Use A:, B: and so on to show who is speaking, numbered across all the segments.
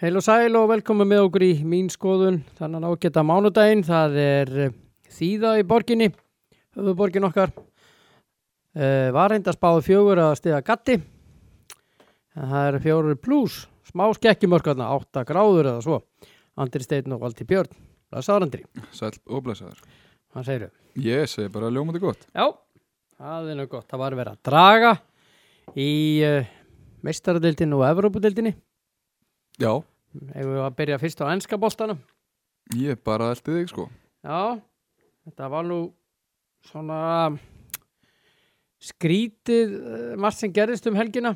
A: Heil og sæl og velkomin með okkur í mín skoðun þannig að ágæta mánudaginn, það er eh, þýða í borginni, höfuborgin okkar. Uh, var reynd að spáðu fjögur að stiða gatti, en það er fjórir pluss, smá skekkjumörk þarna, átta gráður eða svo. Andri Steinn og Valdi Björn, blessaður Andri,
B: Sæl og blessaður.
A: hann segir þau.
B: Ég segi bara ljómandi gott.
A: Já, það er nú gott, það var verið að draga í uh, meistaradildinu og Evrópudildinu.
B: Já.
A: Ef við að byrja fyrst á ennska boltanum.
B: Ég bara eldi þig sko.
A: Já, þetta var nú svona skrítið eh, margt sem gerðist um helgina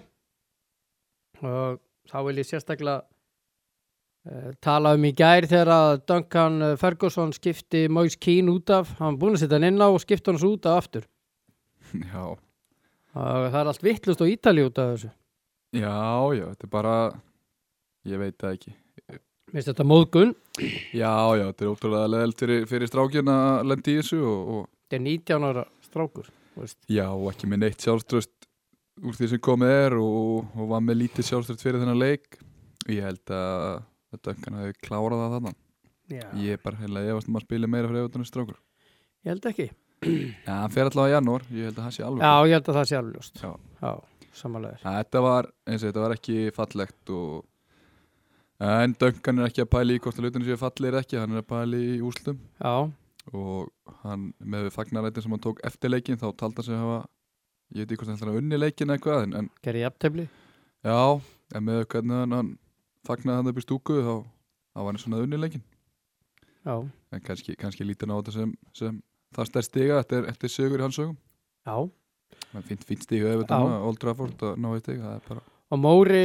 A: og þá vil ég sérstaklega uh, tala um í gær þegar að Duncan eh, Ferguson skipti Moise Keane út af, hann var búinn að setja hann inn á og skipta hann svo út af aftur
B: Já.
A: og það er allt vittlust og ítali út af þessu
B: Já, já, þetta er bara, ég veit það ekki.
A: minnst þetta móðgun,
B: Já, já, þetta er ótrúlega leðilt fyrir, fyrir strákjörn að lendi í þessu og, og
A: þetta er 19 ára strákur þú veist.
B: já, og ekki með neitt sjálfströst úr því sem komið er og, og var með lítið sjálfströst fyrir þennan leik. Ég held að þetta engan hafi klárað það þarna.
A: Já,
B: Ég er bara heila efast um að spila meira fyrir eftir þessu strákur.
A: ég held ekki
B: Já, hann fer allavega í janúar, ég held að það sé alveg.
A: Já, ég held að það sé alveg ljóst
B: Já.
A: Já, samanlega
B: Ja, Þetta var, eins og þetta var ekki fallegt og en Duncan er ekki að pæli í hvort að hlutinu séu fallegir eða ekki, hann er að pæli í úslum
A: Já,
B: og hann með við fagnarætin sem hann tók eftir leikin þá taldi hann sig að hafa ég veit ekki hvort hann ætlar að unni leikin eða eitthvað en, en
A: gerði jafntefli
B: já, en með hvernig hann, hann fagnaði hann upp í stúku þá, þá var hann svona að unni leikin
A: Já,
B: en kannski, kannski lítið hann á þetta sem, sem það stærst stiga, þetta er, þetta er sögur í hans sögum
A: já
B: en fínt, fínt stiga ef þetta
A: Já.
B: er Old Trafford að ná eitt stiga, það er bara
A: og Móri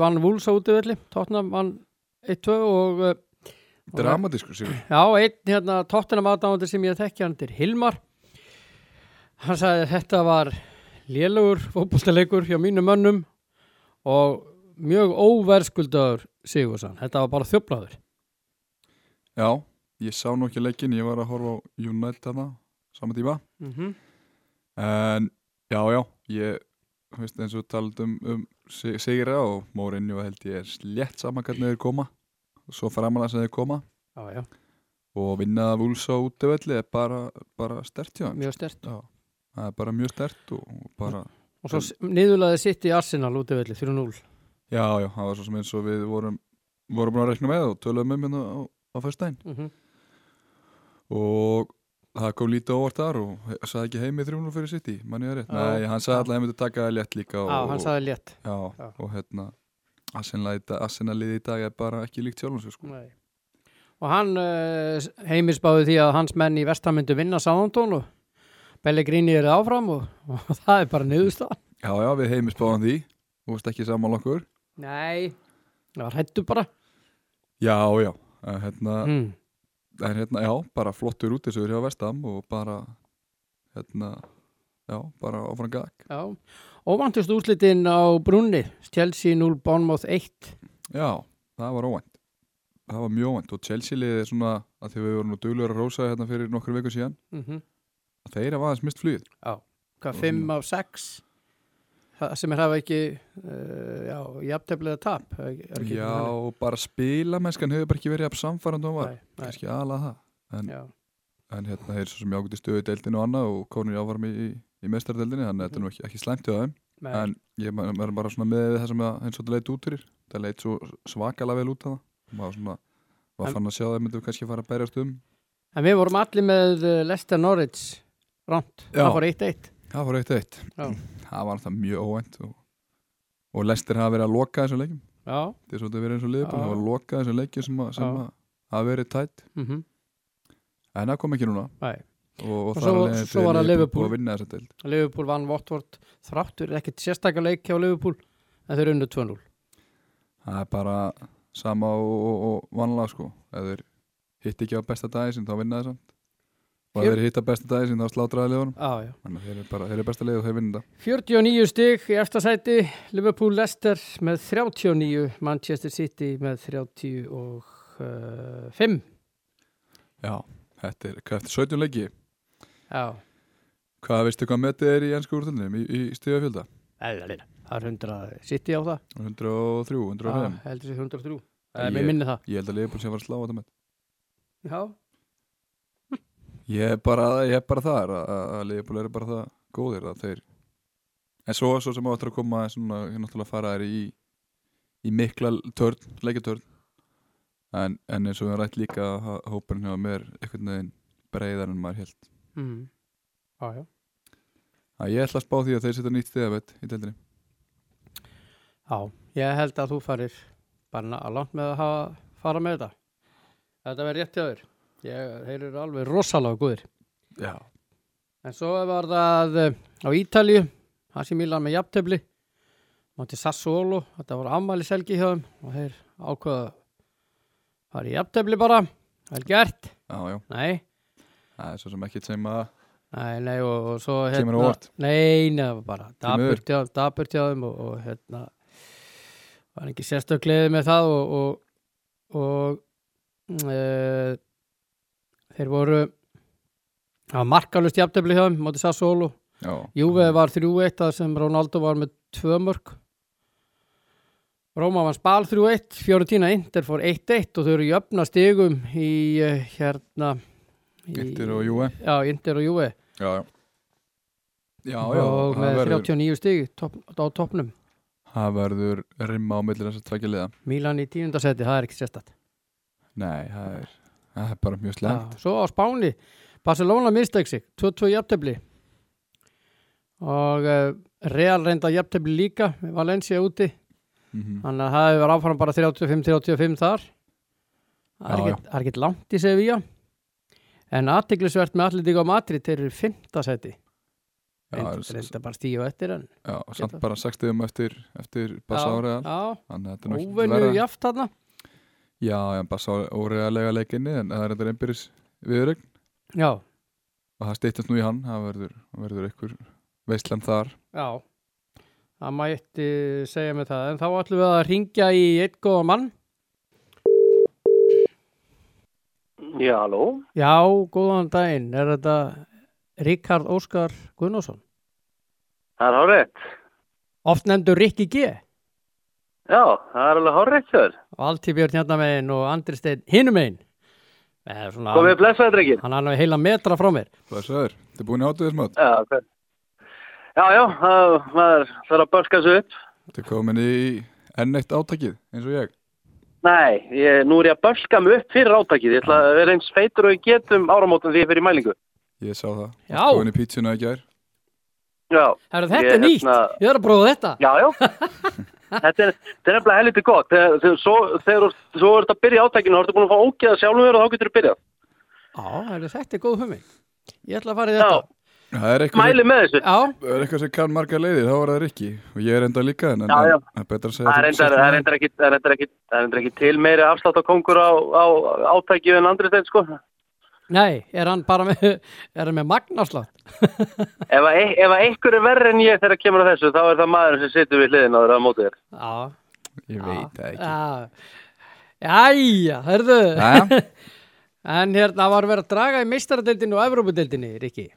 A: vann Vúls á útvöldi Tottenham vann 1-2 og uh,
B: dramatískur sigur
A: já, einn hérna Tottenham aðdánandi sem ég þekki hann til Hilmar hann sagði að þetta var lélugur fótboltaleikur hjá mínum mönnum og mjög óverskuldaður Sigurðsson, þetta var bara þjóflaður
B: Já, ég sá nú ekki leikin, ég var að horfa á United þarna, sama tíma.
A: mm -hmm.
B: En já, já, ég, þú veist, eins og talað um, um Sig- sigra og Mourinho held ég er slétt saman hvernig þeir koma, svo framalega sem þeir koma
A: já, já,
B: og vinnaða vúlsa út af öllu er bara, bara stert hjá þeim.
A: mjög stert
B: Já, það er bara mjög stert og, og bara,
A: og svo niðurlaði sitt í Arsenal útvöldi 3-0
B: já, já, það var svo sem eins og við vorum, vorum búin að rekna með og töluðum um hérna á, á fyrstæn.
A: mm
B: og það kom lítið óvart þar og he- sagði ekki heimi 300 fyrir City, mann ég að rétt
A: Já.
B: Nei, hann sagði alltaf að heim myndi taka það létt líka og,
A: já, hann sagði létt
B: já,
A: Já.
B: og hérna Assina liði í dag er bara ekki líkt sjálfum sig sko.
A: Nei. Og hann uh, heimisbáði því að hans menn í vestam myndu vinna Sáðantón og Pellegrini er áfram og, og það er bara niðurstaðan.
B: Já, já, við heimi spáðum því Þú veist ekki saman okkur
A: Nei, það var hættu bara.
B: Já, já, en hérna,
A: Mm.
B: en hérna já, bara flottur út þessu hjá Vestam og bara hérna, já, bara áfram gag
A: Já, óvantust úslitin á Brunni, Chelsea 0, Bournemouth 1.
B: Já, það var óvænt Það var mjög óvænt og Chelsea liðið er svona að því við vorum nú duglur að rósa hérna fyrir nokkur viku síðan
A: Mm
B: að þeir hafa aðeins mist flugið
A: Hvað,
B: Mm.
A: 5 af 6? Það sem er hafa ekki, uh, já, jafntefnilega tap. er ekki- er ekki
B: Já,
A: þannig?
B: og bara spilamennskan hefur bara ekki verið jafn samfærandi og hún var,
A: Nei, nei,
B: kannski aðalega það
A: já,
B: en hérna þeir eru svo sem jágut í stöðu deildinu og annað og konur í áfarm í, í, í mestardeldinu þannig að þetta er nú
A: Mhm.
B: ekki, ekki slæmt hjá þeim
A: nei,
B: en ég ma- maður er bara svona með það sem að, eins og þetta leit út fyrir það leit svo svakalega vel út að það maður svona,
A: En-
B: maður fann að sjá að það myndum kannski fara að berjast um
A: En við vorum allir með eh, Leicester Norwich rámt,
B: Já.
A: það fór 1-1
B: það var eitt eitt
A: Já.
B: það var alltaf mjög óvænt og, og lestir hafa verið að loka þessum leikum
A: Já,
B: þetta er svolítið verið eins og liðbúl
A: Já.
B: hafa lokað þessum leikum sem, að, sem
A: Já.
B: að, hafa verið tætt
A: mhm
B: en það kom ekki núna
A: Nei.
B: og,
A: Og
B: og
A: svo-
B: það er
A: svo var það Liverpool.
B: að vinna þessa deild
A: Liverpool vann Votvort þráttur ekkert sérstakar leik hjá Liverpool en þeir unnu 2-0
B: það er bara sama og, og, og vanlega sko ef þeir hitt ekki á besta dagi sinn þá vinna þeir samt og ef
A: Fjör-
B: þeir hitt á besta dagi sinn þá slátraði liðunum
A: ah,
B: þannig að þeir eru bara þeir eru besta lið og þeir vinna
A: 49 stig í eftir sæti Liverpool Leicester með 39 Manchester City með 35
B: þetta já þetta er hvað eftir 17 leiki
A: Já,
B: hvað veistu hvað metið er í ennsku úrtöldinum í, í stíðafjölda
A: það er 100 City á það
B: 103, 105
A: Ah. heldur sér 103 Ég,
B: Ég-
A: ég minni það
B: Ég held að Leifbúl sé að fara að slá þetta með
A: Já,
B: Ég er bara, ég er bara þar að- að að Liverpool eru bara það góðir að þeir en svo, svo sem áttur að koma svona, ég náttúrulega fara þeir í í mikla törn, leikjatörn en, en eins og við höfum rætt líka að há- hópurinn hjá mér einhvern veginn breiðar en maður held
A: mm. já, já.
B: að ég ætla að spá því að þeir setja nýtt stiðabett í deildinni
A: já Ég held að þú farir bara na- langt með að hafa, fara með þetta Þetta verður rétt hjá þér ég, Þeir eru alveg rosalega góðir
B: Já,
A: En svo var það eh, á Ítalju Hansi Milan með jafntöfli Mátti Sassuolo Þetta voru afmæli selgi hjá þeim og þeir ákvaða fara í jafntöfli bara Vel gert
B: já, já,
A: Nei,
B: það er svo sem ekkert sem að
A: Nei, nei, og, og svo hérna-
B: Kemur á óvart.
A: Nei, nei, það var bara
B: miður.
A: dapurt hjá, dapurt hjá þeim og, og hérna var ekki sérstök gleði með það og og, og e, þeir voru það var markalust jafntöfli hjá þeim móti Sassólu,
B: já,
A: Júve
B: Mm.
A: var 3-1 þar sem Ronaldo var með 2 mörg Róma var spal 3-1, Fiorentina Inter fór 1-1 og þau eru jöfna stigum í eh, hérna í-
B: Inter og Júve
A: Já, Inter og Júve
B: Já, já Já, já,
A: og
B: það
A: með
B: verður,
A: 39 stig top, á toppnum.
B: það verður rimma á millir þessar tveggja liða
A: Mílan í tíundasetti, það er ekki sérstætt.
B: Nei, það er, það er bara mjög slæmt
A: Svo á Spáni, Barcelona mistæk sig, 2-2 jafntefli og uh, Real reynda jafntefli líka, Valencia úti,
B: Mhm.
A: þannig að það hefur áfram bara 35-35 þar. Það er
B: Já,
A: ekkert- það er ekkert langt í Sevilla. En aðtiklisvert með allir á Madrid, þeir eru fimmtasetti.
B: Já, s- s-
A: Reynda bara stíu eftir en...
B: já, samt
A: geta-
B: bara 6 stegum eftir, eftir Bassáriðal
A: Já,
B: Þannig að þetta er
A: já
B: nú ekkert
A: óvenju
B: verra
A: jaft þarna.
B: Já, en Bassáriðal lega leikinni en það er þetta einbyrðis viðurögn
A: Já,
B: og það steytast nú í hann, það verður, verður ykkur veistlan þar
A: Já, það mætti segja mig það, en þá ætlum við að ringja í einn góða mann.
C: Já, halló.
A: Já, góðan daginn, er þetta Ríkard Óskar Gunnarsson?
C: Það er hárétt.
A: Oft nefndur Rikki G,
C: Já, það er alveg hárétt þér.
A: Valti Björn Hjarnamegin hérna og Andri Steinn hinumegin. Eh, svona,
C: Komið blessaði, drengir.
A: hann er alveg heila metra frá mér.
B: Blessaður, þið er búin í hátuðismat
C: Já, hvað- já, já, það, maður þarf að börka þessu upp.
B: Þið komin í enn eitt átakið eins og ég
C: Nei, ég, nú er ég að börka mig upp fyrir átakið. Ég ætla að vera eins feitur og ég get um áramótin því ég fyrir mælingu.
B: Ég sá það,
A: Já.
B: Varst komin í pítsuna í gær
C: Já,
A: Herra, þetta
C: Ég,
A: er nýtt,
C: hérna-
A: ég er að prófa þetta.
C: já, já. þetta er, þetta er nefnilega helviti gott. Þegar, þegar, svo, þegar þú- svo er þetta að byrja í átakinu, þá ertu búin að fá ógeða sjálfum þér og þá getur þú byrjað.
A: Já, herra, þetta er góð hugmynd. Ég ætla að fara í
C: Já,
A: þetta.
B: Það er eitthvað
C: mæli með þessu.
A: Já,
B: Það er eitthvað sem kann margar leiðir, þá var það Rikki og ég er enda líka en, en,
C: Já, já.
B: en það er betra að segja
C: Það
B: þú
C: er reyndar-
B: sért
C: það er
B: maður.
C: reyndar ekki, það er reyndar ekki, það er reyndar ekki til meiri afslátt á kongur á, á átækju en andri stein, sko.
A: nei, er hann bara með, er hann með magnafslátt?
C: Ef, að e- ef að einhver er verri en ég þegar kemur að þessu, þá er það maður sem situr við hliðin á þeirra á móti þér.
A: Já,
B: Ég veit það ekki
A: Já, Jæja, hörðu
B: Jæja.
A: En hérna var verið að draga í meistaradeildinu og Evrópudeildinu, Rikki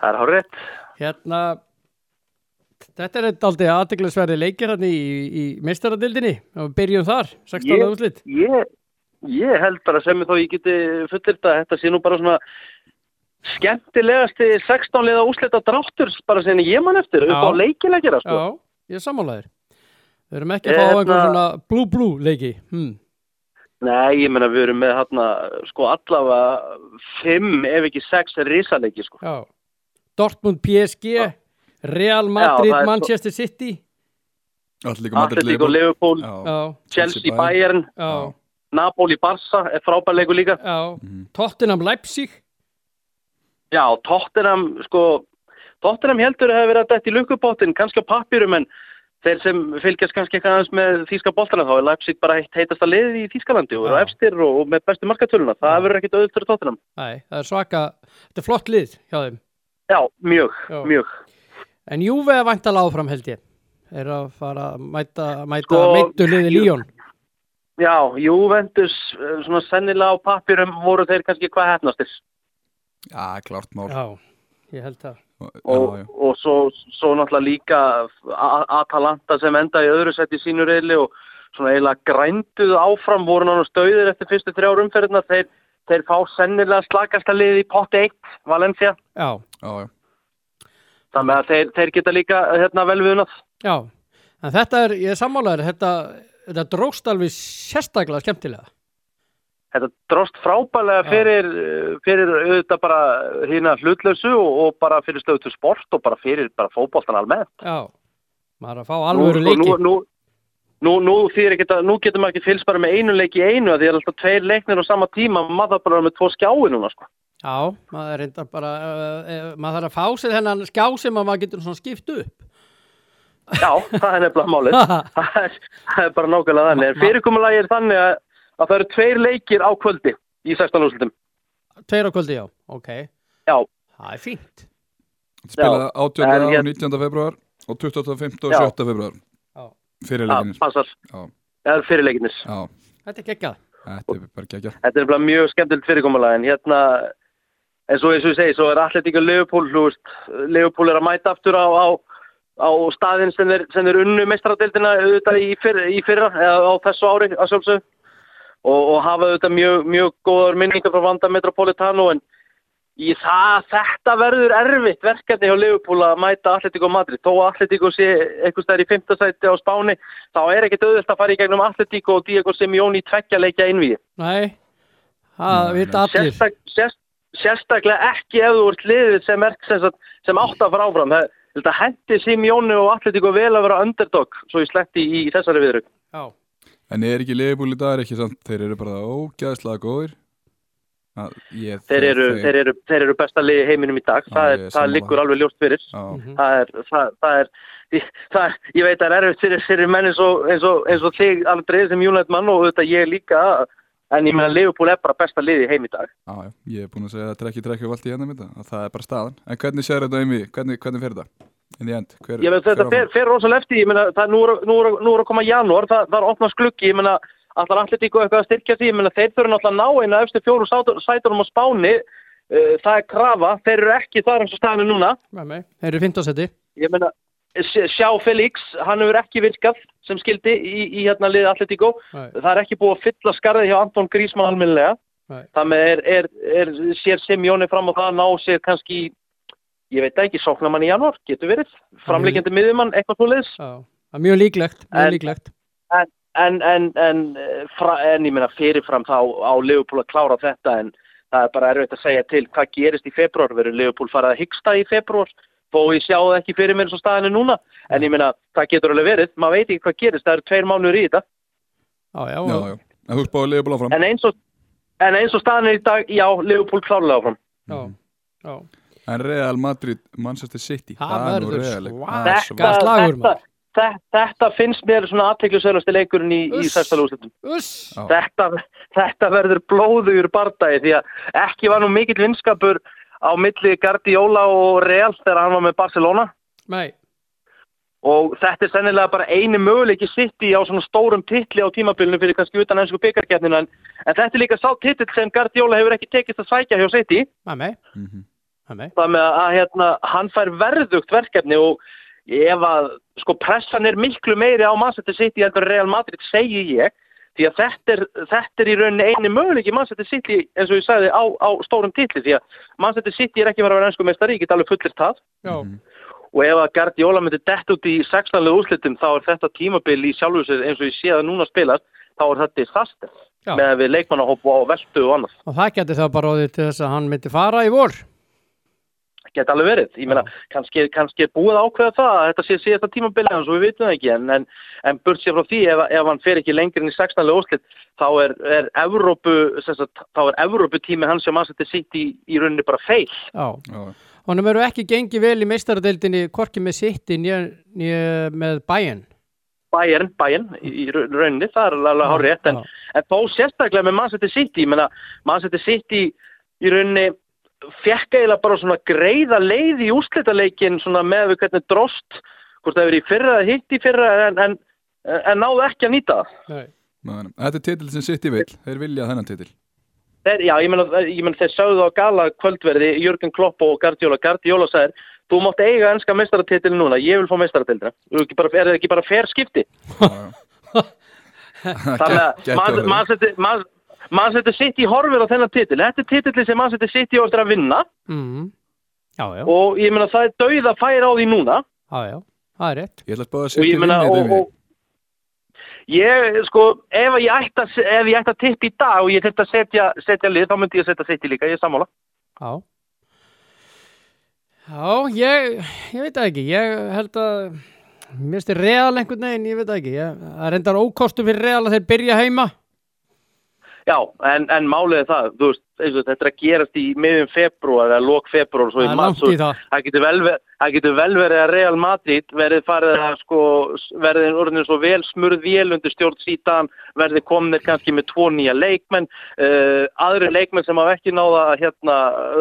C: Það er hárétt.
A: Hérna
C: hérna.
A: Þetta er aldrei aðteglisverði leikir hérna í, í meistaradeildinni og við byrjum þar, 16.
C: Ég-
A: úrslit
C: Ég, ég held bara sem þó ég geti fullir þetta, þetta sé nú bara svona skemmtilegasti 16 liða úslita dráttur bara sem ég man eftir, upp á
A: Já.
C: leikilega gera, sko.
A: Já, ég er sammálaður Við erum ekki
C: Ég
A: að fá
C: hérna-
A: einhver svona blú-blú leiki hm.
C: Nei, ég meina við erum með hérna, sko, allavega 5 ef ekki 6 risaleiki, sko.
A: Já Dortmund PSG Real Madrid,
C: það er svo-
A: Manchester City
B: Allíka Madrid
C: Atletík og
B: Liverpool
C: Liverpool,
B: Já,
A: Já,
C: Chelsea,
B: Chelsea,
C: Bayern,
A: já,
B: Já.
C: Napoli, Barca er frábær leiku líka.
A: já
B: Mhm.
A: Tottenham Leipzig
C: Já, Tottenham, sko, Tottenham heldur að hafa verið að dætt í lukkupottin, kannski á pappirum, en þeir sem fylgjast kannski eitthvað aðeins með þýska boltana, þá er Leipzig bara eitt heitasta liðið í Þýskalandi og eru
A: Já.
C: efstir og, og með bestu markatöluna. Það verður ekkit auðvitað fyrir Tottenham.
A: Nei, það er svaka, þetta er flott lið hjá þeim.
C: Já, mjög,
A: Já.
C: mjög.
A: En Júve er vantala áfram held ég. Er að fara að mæta, mæta sko,
C: Sko,
A: meittu liði
C: Ju-
A: Líón.
C: Já, Juventus, eh, svona sennilega á pappirum voru þeir kannski hvað hefnastir.
B: Já, klart mál
A: Já, ég held það.
C: Og,
B: já, já.
C: og svo, svo náttúrulega líka A- A- Atalanta sem enda í öðru sett í sínu reyli og svona eiginlega grænduð áfram voru náttúrulega stauðir eftir fyrstu þrjár umferðina þeir, þeir fá sennilega slakasta lið í potti 1 Valencia
A: já,
B: já, já.
C: þannig að þeir, þeir geta líka hérna, velviðunat
A: já. En þetta er, ég er sammálaður, þetta, þetta drókst alveg sérstaklega skemmtilega.
C: þetta dróst frábælega
A: Já.
C: fyrir, eh, fyrir auðvitað bara hérna hlutlausu og, og bara fyrir stöðtu sport og bara fyrir bara fótboltan almennt.
A: Já, maður er að fá alvöru
C: Nú, sko,
A: leiki.
C: Nú, nú, nú, nú, þýðir ekkert að- nú getur maður ekki fylgst bara með einu leik í einu að því er alltaf tveir leiknir á sama tíma maður þarf bara að vera með tvo skjái núna sko.
A: Já, maður er reyndar bara, uh, uh, maður þarf að fá sér hennan skjá sem að maður getur svona skipt upp.
C: Já, það er nefnilega málið. það, er, það er bara nákvæmlega þannig. En Fyrirkomulagi er þannig að, að það eru tveir leikir á kvöldi í 16 úrslutum.
A: Tveir á kvöldi, já, ok.
C: Já,
A: Það er fínt.
B: Spilaði 18.
C: en
B: og
C: ég-
B: 19. februar og 25. og
C: Já.
B: 7. februar
A: Já.
B: fyrir
C: það
B: leikinir.
C: passar.
B: Já,
C: Það eru fyrirleikinnir.
B: já,
A: Þetta er geggjað.
B: þetta er bara gegja.
C: Þetta er bara mjög skemmtilegt fyrirkomulega en hérna eins og eins og ég segi, svo er Atletík og Leopold þú veist, Leopold er að mæta aftur á, á, á staðin sem er, sem er unnu meistradeildina auðvitað í, fyrr, í fyrra eða á þessu ári að sjálfsög og, og hafa auðvitað mjög, mjög góðar minningar frá Vanda Metropolitano en í það, þetta verður erfitt verkefni hjá Leopold að mæta Atletík og Madrid, þó að Atletík sé eitthvað stær í fymtasæti á Spáni þá er ekkit auðvist að fara í gegnum Atletík og Diego Simeone í tveggja leikja einvíi
A: Nei, það
B: Nei,
A: vita allir.
C: Sérstak, sérst, sérstaklega ekki ef þú ert liðið sem, er, sem, sagt- sem átt að fara áfram. Það- Þetta hendi Simjónu og Atletíku vel að vera underdog svo ég sletti í, í þessari viðrug.
A: Já,
B: En er ekki leifbúl í dag, er ekki samt, þeir eru bara ógæðslega góðir. Að Ég,
C: Þeir eru, þeir, eru, þeir eru besta liði í heiminum í dag.
B: Já, ég
C: það er,
B: er
C: það
B: sammála.
C: liggur alveg ljóst fyrir.
B: Já,
A: mhm.
C: Það er, það, það er, ég- það er, ég veit það er erfitt fyrir, fyrir menn eins og, eins og, eins og þig aldrei sem United mann og auðvitað ég líka en ég meina Liverpool er bara besta liði í heim í dag.
B: já, já, ég er búin að segja að trekki, trekki og allt í enda mitt, að það er bara staðan. En hvernig sér þetta um í, hvernig, hvernig fer þetta? In the end, hver,
C: Ég veit þetta fer,
B: áfram?
C: fer rosalega eftir, ég meina það er nú, er- nú, er- nú er að koma janúar, það, það er opnast gluggi, ég meina allar Atletíku eitthvað að styrkja því, ég meina þeir þurfa náttúrulega að ná einu efstu fjóru sátur- sætunum á Spáni, uh, það er krafa, þeir eru ekki þar eins og staðinu núna,
A: með mig. Þeir eru fint á seti.
C: ég meina s- sjá Felix, hann hefur ekki virkað sem skildi í, í hérna liði Atletíku,
A: Nei,
C: það er ekki búið að fylla skarðið hjá Anton Grísmann alminlega,
A: nei.
C: þannig er, er, er, sér Simjóni fram á það að ná sér kannski, ég veit það ekki, sóknamann í janúar, getur verið, framleikjandi miðjumann, eitthvað svo
A: Já, það er mjög líklegt, mjög
C: En-
A: líklegt.
C: en, en, en, eh, fra, en ég meina fyrirfram þá á Liverpool að klára þetta en það er bara erfitt að segja til hvað gerist í februar, verður Liverpool farið að hyggsta í februar þó ég sjá það ekki fyrir mér eins og staðinu núna en ég meina það getur alveg verið, maður veit ekki hvað gerist, það eru tveir mánuður í þetta
A: Já, já,
B: Já, já, en þú spáði leifbúl áfram.
C: en eins og, en eins og staðinu í dag, já, Liverpool klárlega áfram
A: já.
B: Mhm.
A: já.
B: En Real Madrid, Manchester City,
A: Það
B: er nú
A: verður
B: reiðarleik.
A: svaka-
B: Það
A: Hvað
B: er
A: er
B: svaka-
A: slagur,
C: þetta,
A: maður?
C: þetta, þetta finnst mér svona aðteglisöðlasti leikurinn í, í
A: Uss.
C: sérstælu úrslutum
A: Uss!
B: Já.
C: þetta, þetta verður blóðugur bardagi því að ekki var nú mikill vinskapur á milli Guardiola og Real þegar hann var með Barcelona
A: Nei,
C: og þetta er sennilega bara eini möguleiki sitt í á svona stórum titli á tímabilinu fyrir kannski utan ennsku byggarkeppninu en, en þetta er líka sá titill sem Guardiola hefur ekki tekist að sækja hjá sitt í
A: með mig,
B: Mhm.
A: með mig.
C: það með að hérna, hann fær verðugt verkefni og ef að sko pressan er miklu meiri á Manchester City heldur en Real Madrid segi ég því að þetta er, þetta er í rauninni eini möguleik í Manchester City eins og ég sagði á, á stórum titli því að Manchester City er ekki að vera að vera ennsku meistari, ég get alveg fullir það
A: Já,
B: Mhm.
C: og ef að Guardiola myndi dett út í sextanlega úrslitum þá er þetta tímabil í sjálfu sér eins og ég sé það núna spilast þá er þetta disaster
A: Já.
C: með að við leikmannahóp og veldu og annað
A: og það geti þá bara óðið til þess að hann myndi fara í vor.
C: geta alveg verið. Ég meina, kannski, kannski er búið að ákveða það að þetta sé síðasta tímabilið hans og við vitum það ekki, en, en, en burt sér frá því ef, ef hann fer ekki lengri inn í 16. úrslit, þá er, er Evrópu, sem sagt, þá er Evrópu tími hans sem aðsettir sitt í, í rauninni bara feil.
A: Já,
B: Já, já.
A: honum eru ekki gengið vel í meistaradeildinni, hvorki með City né, né með Bayern.
C: Bayern, Bayern í í ra- rauninni, það er alveg hár rétt en,
A: Já.
C: en þó sérstaklega með Manchester City ég menna, Manchester City í rauninni fekk eiginlega bara svona greiða leið í úrslitaleikin svona með við hvernig drost hvort það hefur í fyrra eða hitt í fyrra en, en, en náðu ekki að nýta það
A: Nei.
B: Nei, nei. Þetta er titil sem City vill, þeir vilja þennan titil.
C: Þeir, já, ég menna, ég menna þeir sögðu á gala kvöldverði, Jörgen Klopp og Guardiola Guardiola sagði, þú mátt eiga enska meistaratitil núna, ég vil fá meistaratitil er það ekki bara fair skipti?
B: Já, já.
C: Þannig að mannsettu man, man, man sitt í horfir á þennan titil. Þetta er titilli sem mannsettu sitt í orður að vinna
A: Mm. Já, já,
C: og ég meina það er dauð að færa á því núna.
A: já, já, það er rétt.
B: Ég ætla að spáða að
C: og
B: setja
C: ég meina og, og ég sko ef að ég ætti að, ef ég ætti að tippa í dag og ég þurfti að setja, setja lið þá myndi ég að setja sitt í líka, ég er sammála
A: Já. Já, ég, ég veit það ekki, ég held að, mér finnst þið real einhvern veginn, ég veit það ekki, ég, það reyndar ókostum fyrir real að þeir byrja heima.
C: já, en, en málið er það þú veist, eins og þetta er að gerast í miðjum februar eða lok februar svo
A: Það er
C: mars
A: langt í
C: og-
A: það.
C: það getur vel, ver- það getur vel verið að Real Madrid verið farið að sko verðin orðin svo vel smurð vél undir stjórn sítan, verði komnir kannski með tvo nýja leikmenn uh, aðri leikmenn sem hafa ekki náða að hérna,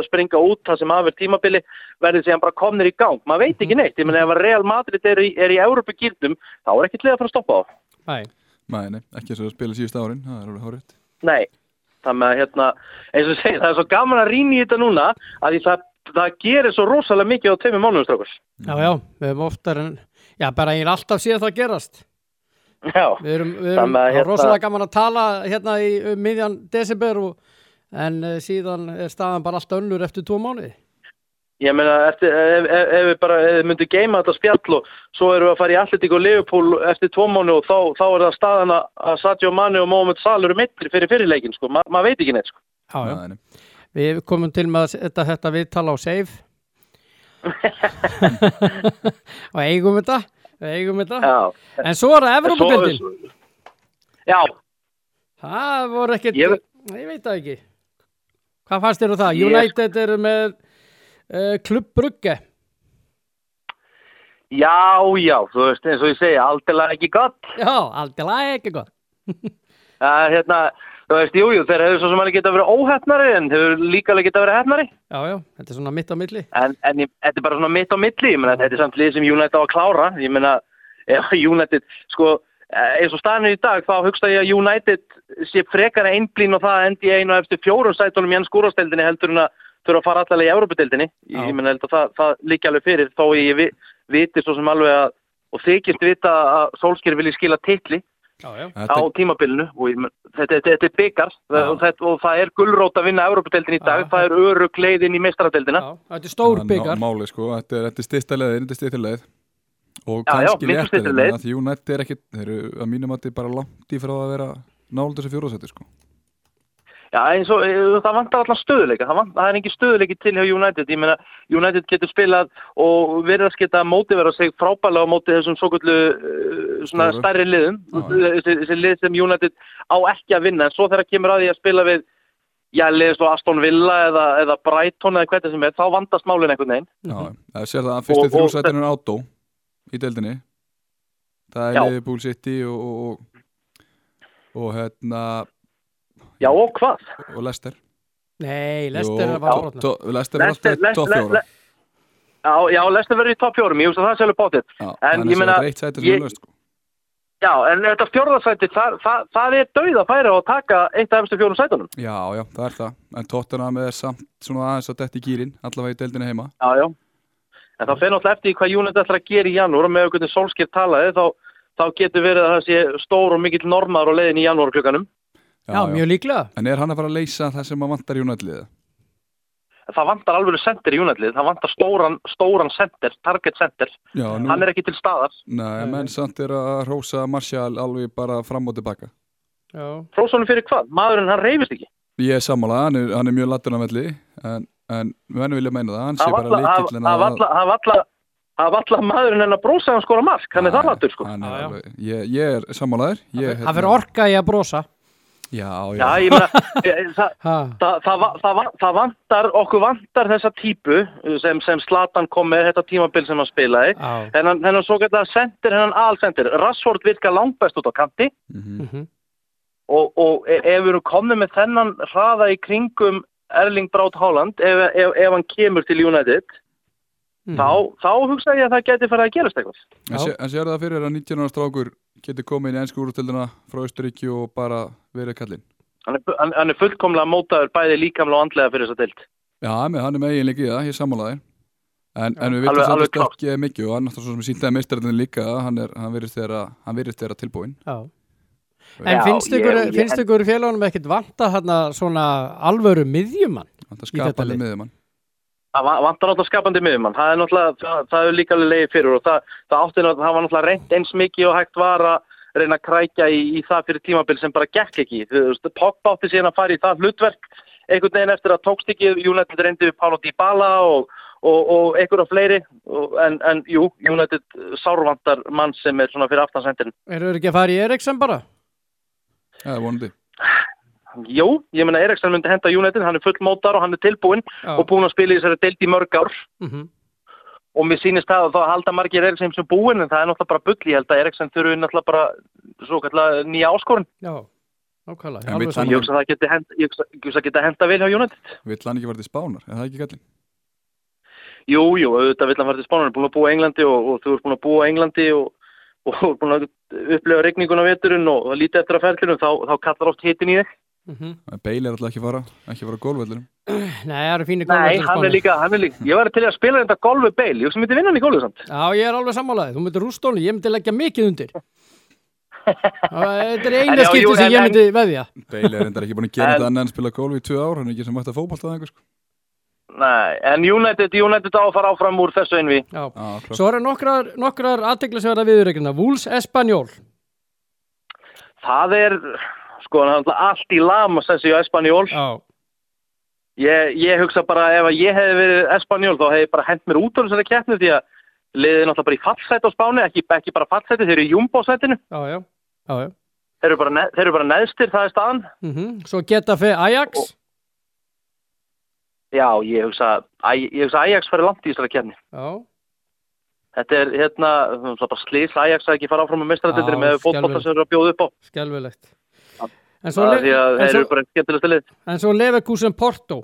C: springa út það sem hafa verið tímabili verði síðan bara komnir í gang maður veit
A: Mhm.
C: ekki neitt, ég menn ef að Real Madrid er í, er í Európa gildum, þá er ekkert leið að fara að stoppa á
A: Æ,
B: Nei, nei, ekki eins og að spila síðust árin, það er alveg hárétt.
C: Nei, þannig að hérna, eins og segja, það er svo gaman að rýna í þetta núna að því það, það gerir svo rosalega mikið á tveimur mánuðum strákur.
A: já, já, við erum oftar en, já, bara ég er alltaf síðan það gerast.
C: Já,
A: Við erum, við erum
C: Þannig að hérna-
A: rosalega gaman að tala hérna í um miðjan desember og, en uh, síðan er staðan bara alltaf önnur eftir tvo mánuði.
C: ég meina, eftir, ef, ef, ef við bara ef við myndum geima þetta spjall og svo erum við að fara í Atletík og Leopold eftir tvo mánu og þá, þá er það staðan að- að Sadio Mane og Mohamed Salah eru mittir fyrir fyrirleikin, sko, Ma, maður veit ekki neitt, sko.
A: Já, já.
B: Nei, nei.
A: Við komum til með að setja þetta viðtala á save og eigum þetta, við eigum þetta.
C: Já,
A: En svo er það Evrópabildin.
C: já,
A: Það voru ekkert,
C: Ég
A: ég,
C: veit-
A: veit það ekki. Hvað fannst þér á það?
C: Ég-
A: United eru með uh, klubbrugge.
C: já, já, þú veist, eins og ég segja, aldrei ekki gott.
A: Já, aldrei lagi ekki gott.
C: Uh, hérna, þú veist, jújú, jú, þeir hefur svo sem alveg geta verið óhefnari en hefur líka alveg geta verið hefnari
A: Já, já, þetta er svona mitt á milli.
C: en, en ég, þetta er bara svona mitt á milli ég meina, þetta er samt lið sem United á að klára ég meina, ef United sko, eh, eins og staðinu í dag þá hugsa ég að United sé frekar að einblín og það endi í einu af eftir fjórum sætunum í enn skúrasteldinni heldur en að þurfa að fara allalega í Európa-deildinni ég,
A: Já.
C: ég meina, held að það, það líka alveg fyrir þó ég vi, viti svo sem alveg að og þykist vita að Solskjær vilji skila titli
A: Já, já.
B: Þetta
C: á tímabilinu og ég, menn- þetta, þetta, þetta er byggar og, þetta, og það er gullrót að vinna Európa-deldin í dag,
A: Já.
C: það er örug leiðin í meistaradeldina
A: Já, þetta er stór
B: Það er
A: byggar.
B: má- Málið sko, þetta er, þetta er styrsta leiðin, þetta er styrsta leið og
C: Já, já,
B: kannski
C: miklu
B: létta
C: styttri
B: þeim,
C: leið.
B: en að því United er ekkit, þeir eru að mínum að þetta er bara langt í frá að vera nálega þessu fjóruðsæti sko.
C: Já, eins og eh, það vantar allan stöðuleika, það, vant, það er engin stöðuleiki til hjá United, ég meina United getur spilað og verðast geta mótivera sig frábælega á móti þessum svo gullu svona
B: Stóru.
C: stærri liðum,
B: Já,
C: þessi þessi lið sem United á ekki að vinna, en svo þegar kemur að því að spila við, já, liðist og Aston Villa eða, eða Brighton eða hvernig sem er, þá vandast málin einhvern veginn.
A: Mhm.
B: Já, það sér það að fyrstu
C: Og- og-
B: þrjúsætinu er átó í deildinni það er
C: Já.
B: Liverpool City og og, og, og hérna
C: Já, og hvað?
B: og Leicester
A: Nei, Lester
B: Jú,
A: var að brotna.
B: to- Leicester var
C: Leicester-
B: alltaf top
C: Le- Le-
B: fjóra
C: Le- Já, já, Leicester verður í topp fjórum, ég veist að það er sjálfur bóttið.
B: Já,
C: en
B: þannig
C: ég
B: að
C: meina,
B: þetta er eitt sæti sem
C: ég-
B: er löst sko.
C: Já, en þetta fjórðarsæti, það, það, það er dauð að færa og taka eitt af efstu fjórum sætunum.
B: já, já, það er það en Tottenham er samt svona aðeins að detti í gýrin allavega í deildinni heima
C: Já, já. En það fer náttúrulega eftir því hvað Júnend ætlar að gera í janúar og með auðvitað solskip talaði, þá, þá getur verið að það sé stór og mikill normaður á leiðin í janúar klukkanum.
A: Já, mjög líklega.
B: en er hann að fara að leysa það sem að vantar United liða
C: Það vantar alveg sendir í Júnendlið, það vantar stóran, stóran sendir, target sendir.
B: já, nú,
C: Hann er ekki til staðar.
B: nei, menn samt er að hrósa Martial alveg bara fram og tilbaka
A: Já,
C: Hrósónum fyrir hvað? Maðurinn hann reyfist ekki.
B: Ég er sammála, hann er, hann er mjög latin á melli en, en menn vilja meina það, hann sé
C: Það
B: bara lítill en að-
C: var alltaf maðurinn hennar brósa hann skora mark, hann er
B: Já,
C: það latur sko.
B: hann er
A: Já, já.
B: alveg- Ég, ég er sammálaður ég, hérna.
A: það verður orka í að brosa.
B: Já, já,
C: Já, ég meina, eh, það,
A: Ha.
C: það, það, va- það, va- það vantar, okkur vantar þessa típu sem, sem Slatan kom með þetta tímabil sem hann spilaði.
A: Já.
C: Þennan, þennan svo kallar sendir, hennan alsendir. Rassford virka langbæst út á kanti
B: Mhm.
A: Mhm.
C: og, og e- ef við erum komnið með þennan hraða í kringum Erling Braut Haaland, ef, ef, ef hann kemur til United,
B: Mm.
A: Mhm.
C: þá, þá hugsa ég að það geti farið að gerast eitthvað.
B: En, sé, en sér það fyrir að 19 ára strákur geti komið inn í ennsku úrstildina frá Austuríki og bara verið kallinn
C: Hann er, hann, hann er fullkomlega mótaður bæði líkamlega og andlega fyrir þessa deilt.
B: Já, með hann er með eiginleik í það, ég er sammálaður En, en við
C: Alveg-
B: vitum
C: alveg
B: samt
C: klárt.
B: ekki mikið og hann náttúrulega svo sem síntaði meistarinn líka, hann, er, hann virðist þeirra, hann virðist þeirra tilbúin
A: Já. En
C: Já,
A: finnst
C: ég-
A: ykkur,
C: ég-
A: finnst ykkur félagunum ekkert vanta þarna svona alvöru miðjumann?
B: Þetta
A: þetta
B: skapaði
A: lið.
B: miðum hann
C: Það va- vantar náttúrulega skapandi miðjumann. Það er náttúrulega, það, það er líka alveg leiði fyrir og það, það átti náttúrulega, það var náttúrulega reynd eins mikið og hægt var að reyna að krækja í, í það fyrir tímabil sem bara gekk ekki. Þú veist, Pogba átti síðan að fara í það hlutverk einhvern veginn eftir að tókst ekki, United reyndi við Pála Dybala og, og, og einhverja fleiri, Og- en, en jú, United sárvantar mann sem er svona fyrir aftansendin.
A: Eru þau ekki að fara í Eriksson bara?
B: Það er vonandi
C: Jú, ég meina Eriksson myndi henda United, hann er fullmótar og hann er tilbúinn
A: Já.
C: og búinn að spila í þessari deild í mörg ár.
A: Mhm.
C: og mér sýnist það að þá halda margir Eriksson sem búin en það er náttúrulega bara bull ég held að Eriksson þurfi náttúrulega bara svo kallar nýja áskorun
A: Já, nákvæmlega.
B: En
A: alveg
B: vill
A: sama.
B: hann-
C: ég hugsa að það geti hent- ég hugsa- ég hugsa að geta henda vel hjá United
B: Vill hann ekki verið til spánar, er það ekki gallin?
C: jú, jú, auðvitað vill hann fara til Spánar búin að búa í Englandi og, og þú ert búin að búa í Englandi og, og þú ert búin að upplega regninguna veturinn og, og lítið eftir að ferðlunum þá, þá kallar oft hitin í þig
A: Mhm.
B: Beil er alltaf ekki að fara, ekki að fara á gólvöllunum
A: Nei, það eru fínir
C: nei,
A: golfvellir á
C: hann er
A: Spáni.
C: líka, hann er líka ég var til að spila þetta golfu beil, ég hugsa myndi vinna hann í golfu samt
A: Já, ég er alveg sammálaðið. Þú myndir rústónu, ég myndi leggja mikið undir. Þetta er
C: En
A: eina
C: já, jú,
A: skipti sem
C: en-
A: ég
C: en-
A: myndi veðja.
B: Beil er reyndar ekki búin að gera
C: En-
B: þetta annað en spila gólv í tvö ár hann er ekki sem mætt að fótbolta það einhver sko
C: nei, en United, United á að fara áfram úr þessu einvi
A: Já.
B: Já, klart.
A: Svo eru nokkrar, nokkrar aðteglisverða viðurreikina. Vúls Espanjól.
C: það er, sko, náttúrulega allt í lamas þessi á Espanjól
A: Já,
C: Ég, ég hugsa bara ef að ég hefði verið Espanjól þá hefði ég bara hent mér út á þessari keppni því að liðið er náttúrulega bara í fallsæti á Spáni, ekki, ekki bara fallsæti, þeir eru í jumbo-sætinu,
A: já, já. já, já.
C: þeir eru bara, ne þeir eru bara neðstir, það er staðan.
A: Mm Svo geta fyrir Ajax.
C: Já, ég hugsa, æ, ég hugsa að Ajax færi langt í þessari keppni.
A: Já,
C: Þetta er hérna, það er bara slís Ajax að ekki fara áfram með
A: Já,
C: mestradildri með
A: skelfilegt.
C: fótbolta sem þeir eru að bjóða upp á.
A: skelvilegt. En svo,
C: Það, er því að
A: en
C: þeir eru
A: svo,
C: bara eitt skemmtilegsta lið.
A: en svo Leverkusen Porto.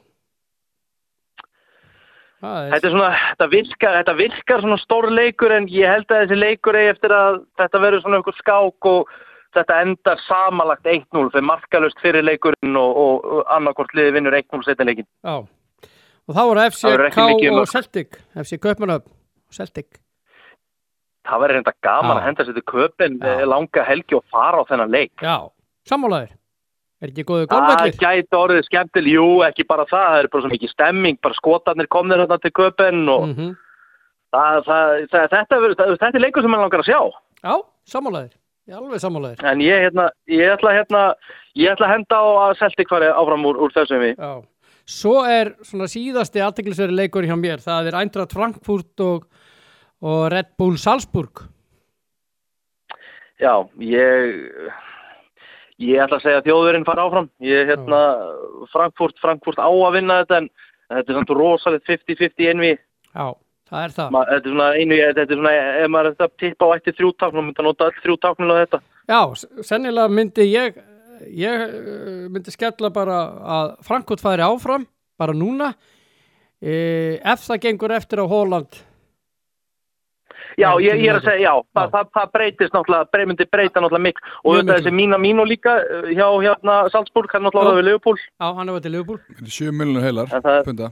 A: Það
C: Þetta
A: er,
C: er svona, þetta virkar, þetta virkar svona stór leikur en ég held að þessi leikur eigi eftir að þetta verður svona einhver skák og þetta endar samalagt 1-0 fyrir markalust fyrir leikurinn og, og, og annarkort liði vinnur 1-0 setja leikin.
A: já. Og þá eru
C: Það verður
A: FCK
C: ekki mikið um
A: og
C: að-
A: Celtic. FC Kaupmannöf og Celtic.
C: Það verður reynda gaman
A: Já.
C: að henda sér til köpinn
A: Já.
C: eh, langa helgi og fara á þennan leik.
A: Já, sammálaðir. Er ekki góðu
C: Það
A: golfvellir?
C: gæti orðið skemmtileg, jú ekki bara það, það er bara svo mikið stemming, bara skotarnir komnir hérna til köpinn og
A: Mm -hmm.
C: það, það, það, þetta, verður- það, þetta er leikur sem mann langar að sjá.
A: Já, sammálaðir. Ég er alveg sammálaðir.
C: En ég, hérna, ég, ætla, hérna, ég ætla að henda á að Celtic fari áfram úr, úr þessum við.
A: Já. Svo er svona síðasti aðteglisveri leikur hjá mér. Það er Eintracht Frankfurt og, og Red Bull Salzburg.
C: Já, ég, ég ætla að segja að þjóðverinn fara áfram. Ég, hérna, Frankfurt, Frankfurt á að vinna þetta en þetta er samt rosalegt 50-50 einvi.
A: Já, það er það.
C: Ma- Þetta er svona einu, þetta er svona, ef maður er þetta að tippa á ætti þrjú táknum, myndi að nota all þrjú táknum á þetta.
A: Já, s- sennilega myndi ég, ég eh, myndi skella bara að Frankfurt færi áfram, bara núna, e, ef það gengur eftir á Holland.
C: Já,
A: Já,
C: ég, ég
A: United.
C: er að segja, já, það, það, það breytist náttúrulega, brey, myndi breyta náttúrulega mikl og
A: Mjög
C: þetta
A: miklu.
C: þessi mína mínu líka uh, hjá hérna Salzburg, hann náttúrulega
A: Já.
C: orðið við Leopold.
A: Já, hann hefur til Liverpool.
B: Þetta er 7 miljonur heilar,
C: En það-
B: punda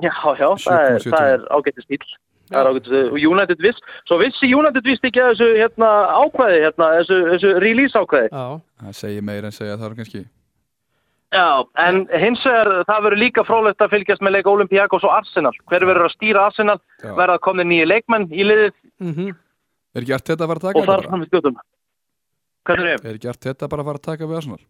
C: Já, já, það er,
B: 7,75.
C: það er ágættis bíl. Það er ágættis, og United viss, svo vissi United viss ekki að þessu hérna, ákvæði, hérna, þessu, þessu release ákvæði.
A: Já,
B: Það segir meira en segja það er kannski
C: Já, en hins vegar það verður líka frólægt að fylgjast með leika Olympiakos og Arsenal. Hver verður að stýra Arsenal,
B: Já.
C: verða að komna nýja leikmenn í liðið
A: mm
B: Er ekki Arteta bara að taka
C: og
B: þetta
C: þar
B: bara?
C: fram við skjótum. Hvað er ég?
B: Er ekki Arteta bara að fara að taka við Arsenal?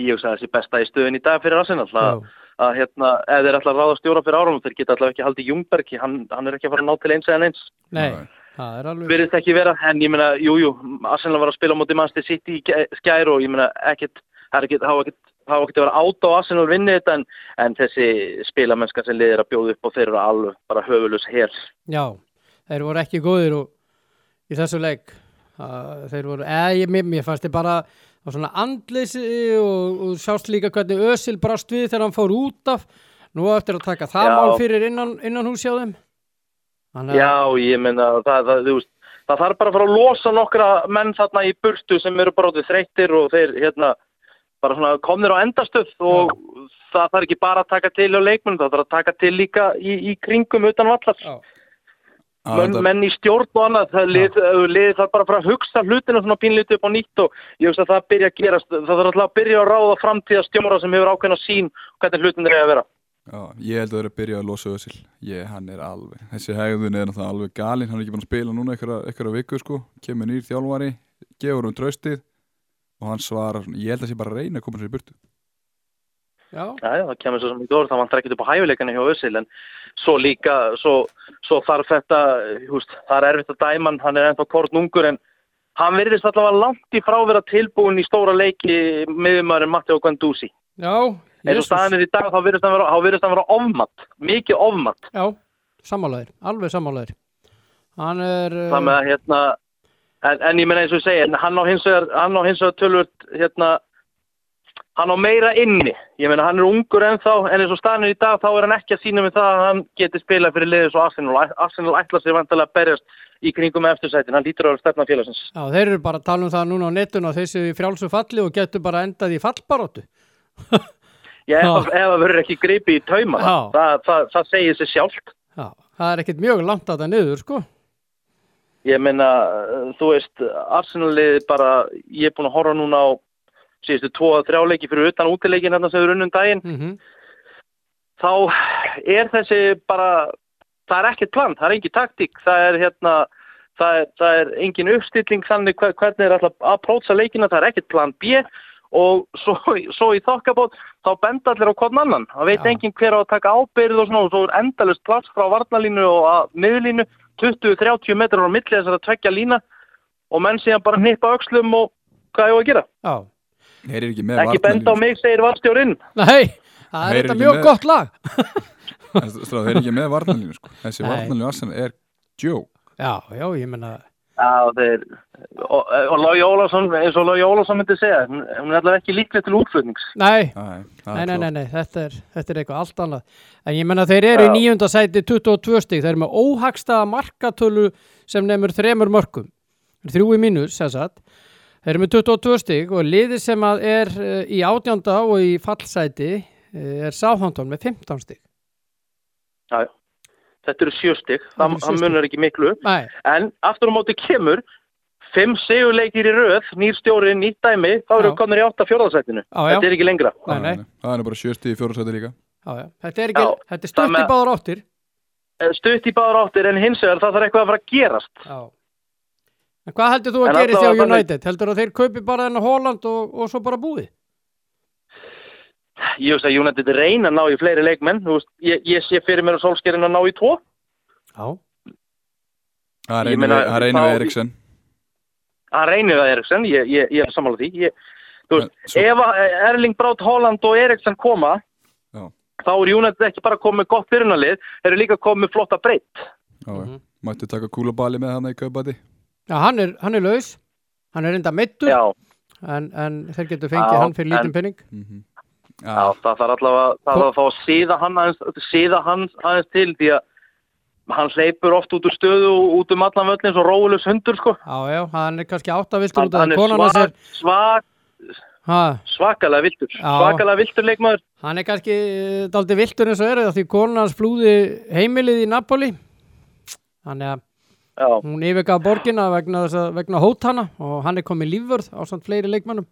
C: Ég hugsa að þessi besta í stöðin í dag fyrir Arsenal.
A: já.
C: Að, að hérna, ef þeir ætla að ráða stjóra fyrir árum, þeir geta allavega ekki haldið Jungbergi, hann, hann er ekki að fara að ná til eins eða neins.
A: Nei, það er alveg...
C: Verðist ekki vera, en ég meina, jú, jú, Arsenal var að spila á móti Manchester City í gæ- skær og ég meina, ekkert, það er ekkert, hafa ekkert, hafa ekkert að vera átt á Arsenal vinni þetta, en, en þessi spilamennska sem liðir að bjóða upp og þeir eru alveg bara höfulegs hel.
A: Já, þeir voru ekki góðir og, í þessu leik. Uh, þeir voru, eða ég, mér, mér fannst þið bara á svona andleysi og, og sást líka hvernig Ösil brast við þegar hann fór út af. Nú á eftir að taka það
C: Já.
A: mál fyrir innan, innan hús hjá þeim. Þannig að-
C: Já, ég meina, það, það, þú veist, það þarf bara að fara að losa nokkra menn þarna í burtu sem eru bara orðið þreyttir og þeir, hérna, bara svona komnir á endastöð og það þarf ekki bara að taka til á leikmennum, það þarf að taka til líka í, í kringum utan vallar.
A: Já.
B: Já,
C: menn,
B: þetta-
C: menn í stjórn og annað, það lið, liði það bara frá að hugsa hlutina svona pínlítið upp á nýtt og ég hugsa að það byrja að gerast, það þarf alltaf að byrja að ráða framtíða stjóra sem hefur ákveðna sín hvernig hlutin er að vera.
B: Já, ég held að það er að byrja að losa Özil ég, hann er alveg, þessi hegðun er náttúrulega alveg galinn, hann er ekki búin að spila núna einhverja, einhverja viku sko, kemur nýr þjálfari gefur um traustið og hann svarar, svona, ég held að sé bara að reyna að koma sér í burtu
A: Já,
C: Já, já, það kemur svo sem í dór, það vantar ekkert upp á hæfileikana hjá Ösil, en svo líka, svo, svo þarf þetta, húst, það er erfitt að dæma hann, hann er ennþá kornungur, en hann virðist allavega langt í frá að vera tilbúin í stóra leiki miðumæðurinn Matteo Guendouzi.
A: já,
C: Eins og
A: Jesus.
C: staðan er í dag, þá virðist hann vera, þá virðist hann vera ofmatt, mikið ofmatt.
A: já, sammálaður, alveg sammálaður. Hann er, eh,
C: það með að hérna en, en ég meina eins og ég segi, en hann á hins vegar hann á hins vegar tölvöld hérna hann á meira inni ég meina hann er ungur ennþá, en eins og staðan er í dag þá er hann ekki að sína með það að hann geti spilað fyrir liðið svo Arsenal, Arsenal ætla sér vantilega að berjast í kringum eftirsætin, hann lítur á stefna félagsins
A: já, þeir eru bara að tala um það núna á netun og þeir séu í frjálsu falli og getur bara endað í fallbaróttu.
C: ég
A: Já.
C: ef, ef að verður ekki gripi í tauma
A: Já.
C: það, það, það, það segir sér sjálft
A: Já, það er ekkert mjög langt að það niður, sko.
C: Ég meina, uh, þú veist, Arsenal-liðið bara, ég er búin að horfa núna á síðustu tvo að þrjá leiki fyrir utan útileikin hérna sem við runnum daginn
A: Mm
C: þá er þessi bara, það er ekkert plan, það er engin taktík, það er hérna, það er, það er engin uppstilling þannig hver- hvernig er alltaf að prótsa leikina, það er ekkert plan B og svo, svo í þokkabót þá benda allir á hvern annan, það veit
A: Já.
C: enginn hver á að taka ábyrð og svona og svo er endalust plass frá varnalínu og að miðlínu, 20-30 metrar á milli þessar að tvekja lína og menn síðan bara hnippa öxlum og hvað er að gera?
A: Já,
B: Þeir eru ekki með
C: Ekki benda á mig, segir varstjórinn.
A: nei, það er
B: Þeir eru
A: þetta
B: ekki
A: mjög
B: með.
A: gott lag.
B: Strá, þeir eru ekki með varnalínu sko. þessi
A: Nei.
B: varnalínu Arsenal er joke
A: Já, já, ég menna,
C: Já, þeir, og, og Lói Ólafsson, eins og Lói Ólafsson myndi segja, hún hún er allavega ekki líklega til útflutnings.
A: nei,
B: Æ,
A: Nei, nei, nei, nei, þetta er, þetta er eitthvað allt annað. En ég menna þeir eru í
C: Já.
A: nýjunda sæti 22 stík, þeir eru með óhagstaða markatölu sem nefnur þremur mörkum. Þrjú í mínus, sem sagt. Þeir eru með 22 stík og liðið sem að er eh, í átjánda og í fallsæti eh, er Sáhantón með 15 stík.
C: Já, já. Þetta eru sjöstig,
A: Þetta
C: það
A: eru sjö
C: það
A: stig.
C: munar ekki miklu.
A: Nei,
C: En aftur á móti kemur, fimm segjuleikir í röð, nýr stjóri, nýtt dæmi, þá eru
A: Já.
C: konur í átta fjórðarsætinu.
A: á, já,
C: Þetta er ekki lengra.
A: nei, nei,
B: það er bara sjösti í fjórarsæti líka
A: á, já. Þetta er, ekki,
C: Já,
A: þetta er
C: það
A: stutt í
C: með-
A: báður áttir.
C: Eh, Stutt í báður áttir en hins vegar það þarf eitthvað að fara að gerast.
A: Já. En hvað heldur þú
C: En
A: að gerist
C: allavega
A: hjá
C: þannig-
A: United? Heldur að þeir kaupi bara þennan Holland og, og svo bara búið?
C: Ég veist að United reyna að ná í fleiri leikmenn, þú veist, ég, ég sé fyrir mér að solskerinn að ná í tvo.
A: Já.
B: það
C: Ég
B: reynir
C: meina,
B: við- það reynir
C: þá-
B: við Eriksen
C: hann reynir að Eriksen, ég, ég, ég er sammála því ég, þú veist, e-
B: En svo-
C: ef að eh, Erling Braut Holland og Eriksen koma
B: Já.
C: þá er United ekki bara komið með gott fyrirnalið, þeir eru líka komið með flotta breytt
B: Já,
A: Mhm.
B: já. mættu taka kúlabali með hann í kaupati
A: Já, hann er, hann er laus. Hann er enda meittur.
C: já,
A: en, en þeir getur fengið
C: Já,
A: hann fyrir lítinn
C: en-
A: penning
C: já, það þarf allavega það þarf að fá að síða hann aðeins, síða hann aðeins til því að hann hleypur oft út úr stöðu og út um allan völlin svo róulegs hundur sko
A: já, já, hann er kannski áttaviltur
C: hann,
A: út af
C: hann
A: það
C: er
A: konan hans er,
C: svak, svak,
A: ha,
C: svakalega viltur
A: Já.
C: svakalega viltur leikmaður
A: hann er kannski daldi viltur eins og er því konan hans flúði heimilið í Napoli þannig að
C: já,
A: hún yfirgaf borgina vegna, þess að- vegna hótana og hann er komið lífvörð á samt fleiri leikmannum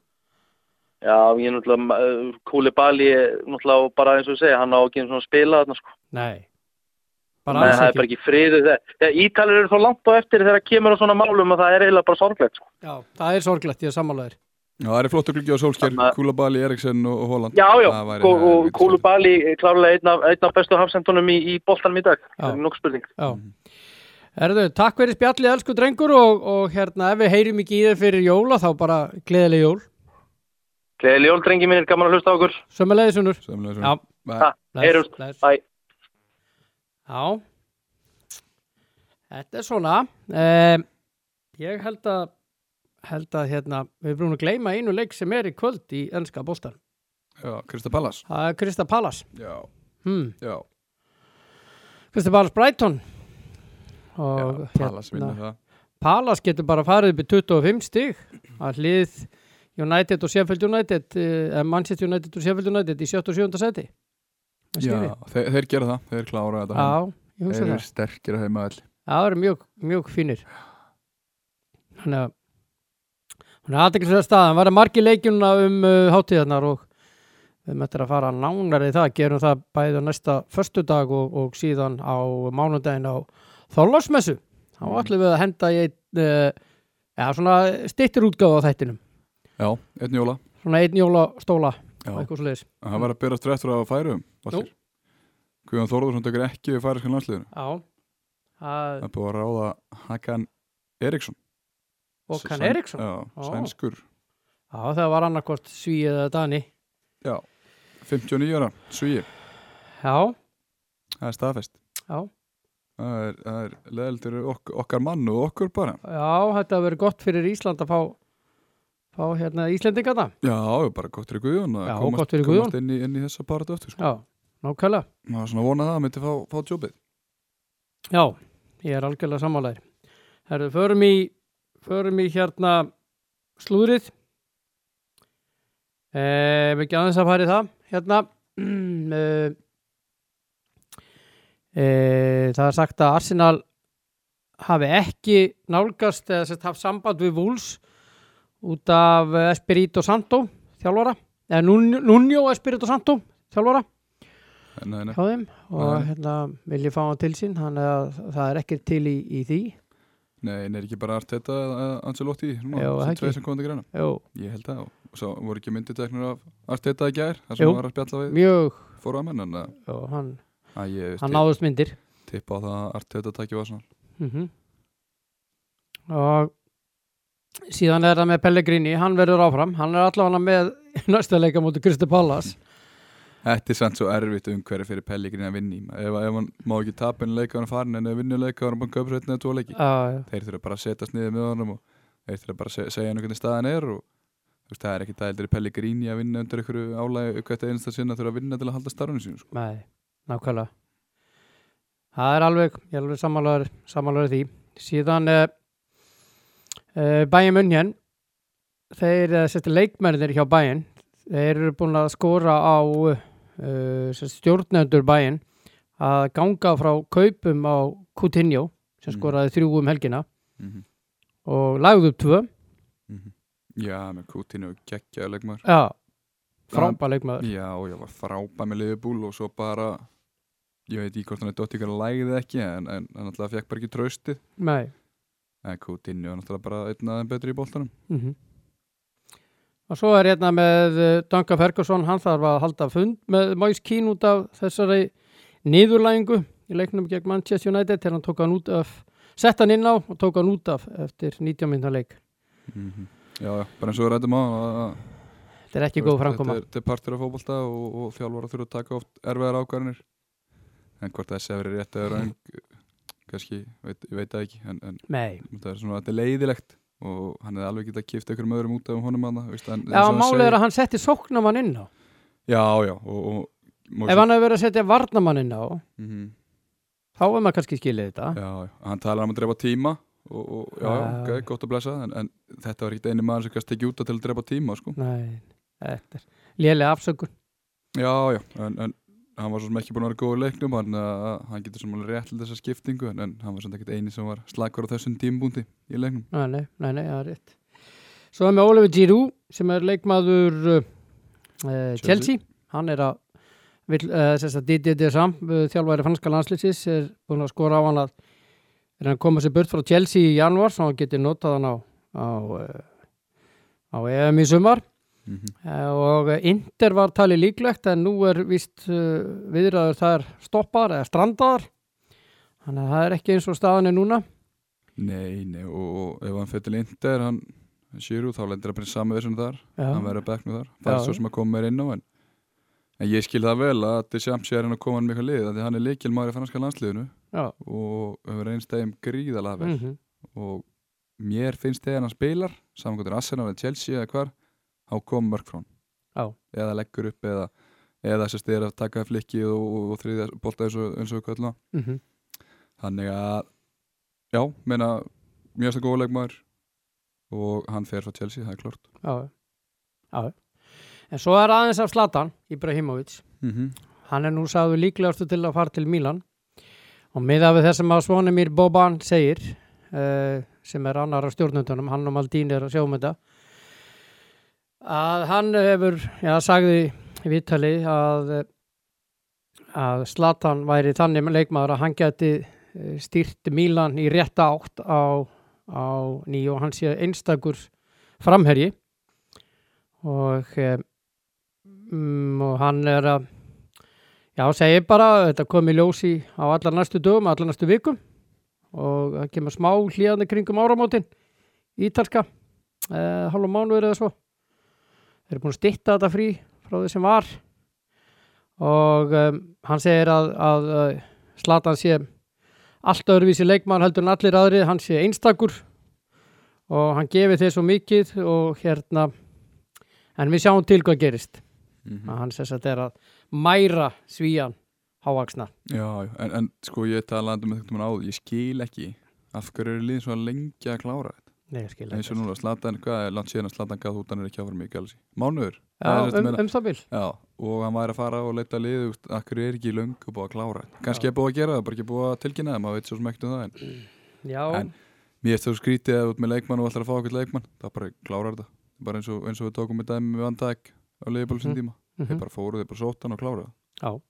C: já ég er náttúrulega kúli bali náttúrulega bara eins og ég segja hann á ekki eins og spila þarna sko
A: nei, bara
C: Nei,
A: alls
C: það er
A: ekki
C: bara ekki friður þegar, þegar Ítalir eru þó langt á eftir þegar kemur á svona málum að það er eiginlega bara sorglegt sko.
A: já, það er sorglegt, ég er sammálaður
B: Já, það er flottur gluggi á Solskjær,
C: Þarna-
B: Kúlabali, Eriksson og og Holland
C: Já, já,
B: Það væri-
C: og, og
B: væri-
C: Kúlu Bali er klárlega einn af, einn af bestu hafsendunum í, í boltanum í dag
A: Já.
C: það er nokkuð spurning
A: já
B: Mhm.
A: Erðu, takk fyrir spjallið elsku drengur og, og hérna ef við heyrum ekki í þið fyrir jóla þá bara gleðileg jól,
C: Gleðileg jól, drengi mínir, gaman að hlusta á okkur
A: sömulegðisunur
B: Sömuleiðis, um-
A: Já,
B: Bæ.
C: Ha,
A: bless,
C: heyrumst.
A: bless.
C: Bye.
A: Já Þetta er svona um, Ég held að held að hérna, við brúum að gleyma einu leik sem er í kvöld í ennska bóltan
B: Já, Krista Pallas
A: Það er Krista Palas
B: Já,
A: hmm.
B: já,
A: Krista Palas Brighton
B: já
A: og hérna-
B: Pallas vinnur það
A: Palas getur bara farið upp í 25 stig að hlið United og Sheffield United eh, Manchester United og Sheffield United í 77. seti
B: Já, þeir, þeir gera það, þeir klára þetta
A: Já, ég
B: Þeir
A: hugsa
B: eru
A: það
B: sterkir að heima all
A: það eru mjög, mjög fínir þannig að hún er aðteklisverða staðan var að margi leikjuna um uh, hátíðarnar og við möttum að fara nánar í það gerum það bæði á næsta föstudag og, og síðan á mánudaginn á Þorlásmessu þá
B: Mhm.
A: ætlum við að henda í einn uh, já, svona stittir útgáfa á þættinum
B: Já, einn jóla
A: svona einn jólastóla
B: Já.
A: eitthvað svo leiðis
B: En Það var að byrja strættur að færum
A: Nú.
B: Guðan Þorðursson tekur ekki við færiskan landsliðinu
A: já Það-
B: Það er búið að ráða Hakan Eriksson
A: og Kann
B: Sæn-
A: Eriksson
B: Já,
A: Ó.
B: sænskur
A: já, það var annarkvort Sví eða Dani
B: 59 ára, svíi,
A: já,
B: það er staðfest
A: já,
B: Það er, það er leðildir ok okkar mann og okkur bara
A: já þetta verður gott fyrir Ísland að fá fá hérna Íslendingana
B: Já, bara gott fyrir Guðjón að
A: Já,
B: komast,
A: gott fyrir
B: komast inn, í, inn í þessa baratu aftur sko.
A: já, nákvæmlega
B: Maður svona vonað að það myndi fá, fá jobbið
A: Já, ég er algjörlega sammálaðir. Herðu, förum í, förum í hérna slúðrið. Eh, ekki aðeins að fara í það. Hérna, eh, eh, það er sagt að Arsenal hafi ekki nálgast eða sett haft samband við Wolves út af eh, Espirito Santo, þjálfara, eða Nun- Nuno Espirito Santo, þjálfara
B: En, en,
A: hjá þeim og
B: Nei.
A: hérna vil ég fá hann til sín þannig að það er ekkert til í, í því
B: Nei, en er ekki bara Arteta eða Ancelotti núna,
A: Já,
B: sem
A: það
B: tveir
A: ekki.
B: sem komið til greina
A: Jú,
B: Ég held það, og svo voru ekki myndir teknir af Arteta í gær, það sem
A: Jú.
B: var að spjalla við
A: mjög
B: fóru að menn, en að-
A: og hann,
B: að ég
A: hann náðust myndir
B: tippa á það að Arteta takki var svona
A: mm og síðan er það með Pellegrini hann verður áfram, hann er allavega með næsta leika mútið Kristi Pallas
B: Þetta er sann svo erfitt umhverfi fyrir Pellegrin að vinna í maður. ef, ef hann má ekki tapa einu leik á hann farin en ef vinnu leik á hann búin köpur hérna tvo leiki
A: uh,
B: þeir þurfa bara að setjast niður með honum og þeir þurfa bara að se- segja hann hvernig staðan er og þú veist, það er ekki dældir Pellegrini að vinna undir einhverju álægi hvert einasta sinna þurfa að vinna til að halda starfinu sínu sko.
A: nei, nákvæmlega það er alveg, ég er alveg sammálaður sammálaður því síðan uh, uh, Bæin Munnjen þeir uh, sérstu leikmennir hjá Bæin þeir eru búin að skora á uh, sem sagt stjórnendur Bæin að ganga frá kaupum á Coutinho sem
B: Mm.
A: skoraði þrjú um helgina
B: mm -hmm.
A: og lagði upp tvö
B: Já, með Coutinho geggjaði leikmar
A: já, frábæð leikmaður
B: Já, og ég var frábæð með Liverpool og svo bara ég veit ekki hvort hann er dótt ykkur að lægði ekki en, en hann alltaf fekk bara ekki tröstið
A: nei
B: en Coutinho er náttúrulega bara einn aðeins betri í boltanum
A: -hmm. Og svo er hérna með eh, Duncan Ferguson, hann þarf að halda fund með Moise Keane út af þessari niðurlægingu í leiknum gegn Manchester United þegar hann tók hann út af, sett hann inn á og tók hann út af eftir 90 minna leik.
B: Já, já, bara eins og við rættum á að- að-
A: Þetta er ekki
B: þú veist,
A: góð framkoma.
B: Þetta er- þetta er partur af fótbolta og, og þjálfara þurfa að taka oft erfiðar ákvarðanir en hvort þessi hefur verið rétt eða röng kannski, veit, ég veit það ekki en, en
A: Nei,
B: þetta er svona, þetta er leiðilegt og hann hefði alveg getað kipt einhverjum öðrum út af honum hana, veist, en,
A: já, málið er að hann setti sóknamann inn á.
B: Já, já, og, og Moise-
A: Ef hann hefur verið að setja varnamann inn á,
B: Mhm,
A: þá er maður kannski skilið þetta.
B: Já, já, hann talar um að drepa tíma og, og já, já,
A: Já.
B: ok, gott að blessa en, en þetta var ekkert eini maður sem gæst ekki út til að drepa tíma, sko
A: Nei, þetta er lélega afsökun.
B: Já, já, en, en hann var svo sem ekki búin að vera góð í leiknum hann, uh, hann getur sem alveg rétt til þessa skiptingu en, en hann var sem ekki eini sem var slagur á þessum tímbúndi í leiknum
A: Nei, nei, nei, nei, það er rétt. Svo er með Oliver Giroud sem er leikmaður uh, eh,
B: Chelsea.
A: Chelsea. Hann er að vil, uh, sérst að Didier Deschamps, uh, þjálfæri franska landslýsins, er búin að skora á hann að er hann komið sér burt frá Chelsea í janúar svo hann geti notað hann á á, uh, á EM í sumar
B: mm -hmm.
A: Eh, og Inter var talið líklegt en nú er vist uh, viðraður þar stoppar eða strandaðar þannig að það er ekki eins og staðan er núna
B: Nei, nei, og, og ef hann fyrir til Inder hann Shiru, þá lendir hann bara í samu þessum þar hann verður að bekna þar, það
A: Já.
B: er svo sem að koma mér inn á en, en ég skil það vel að Deschamps sé að reyna að koma hann mikla lið þannig að hann er leikil maður í franska landsliðinu
A: Já.
B: og hefur reynst þeim gríðalega vel
A: mm -hmm.
B: og mér finnst þegar hann spilar samankvæmdur Arsenal eða Chelsea eða hvar þá kom mörg frá hann
A: Já.
B: eða leggur upp eða eða sérst er að taka flikki og, og, og þriðja bolta eins og, eins og kvöldla
A: Mm -hmm.
B: þannig að já, meina mjög stað góðleikmaður og hann fer frá Chelsea, það er klart
A: Já, já. já. já. En svo er aðeins af Zlatan, Ibrahimovic.
B: mm -hmm.
A: Hann er nú sagður líklegastu til að fara til Mílan Og miðað við það sem að Svonimir Boban segir, uh, sem er annar af stjórnundunum, hann og Maldín er að sjáum þetta, að hann hefur, já, sagði í viðtali að, eh, að Slatan væri þannig leikmaður að hann geti stýrt Mílan í rétta átt á, á nýju og hann sé einstakur framherji og, eh, mm, og hann er að Já, segir bara, þetta kom í ljósi á allar næstu dögum, allar næstu vikum og það kemur smá hlíðandi kringum áramótin, ítalska, eh, hálfa mánuður eða svo. Þeir eru búin að stitta þetta frí frá því sem var og um, hann segir að, að eh, Zlatan sé allt öðruvísi leikmann heldur en allir aðrið, hann sé einstakur og hann gefi þeir svo mikið og hérna, en við sjáum til hvað gerist
B: Mhm.
A: að hann sess að þetta er að mæra svíjan hávaksna
B: Já, já, en, en sko ég talaði um þetta áður, ég skil ekki af hverju eru liðin svo lengi að klára þetta.
A: Nei, ég skil
B: eins og
A: ekki.
B: núna, Slatan, hvað er langt síðan að Slatan gaf út hann er ekki áfram í Galaxy? Mánuður? Það
A: Já,
B: er þetta
A: um,
B: meina.
A: um það vil
B: Já, og hann væri að fara og leita lið úst, akkur er ekki löngu búið að klára þetta. kannski er búið að gera það, bara ekki búið að tilkynna það maður veit svo sem ekkert um það, en
A: Já,
B: En- mér er það skrítið að þú ert með leikmann og ætlar að fá okkur leikmann, það bara klárar þetta bara eins og, eins og við tókum með dæmi með vandæk á leiðbólum sinn
A: Mhm.
B: tíma,
A: mhm,
B: þeir bara fóru, þeir bara sótt hann og klára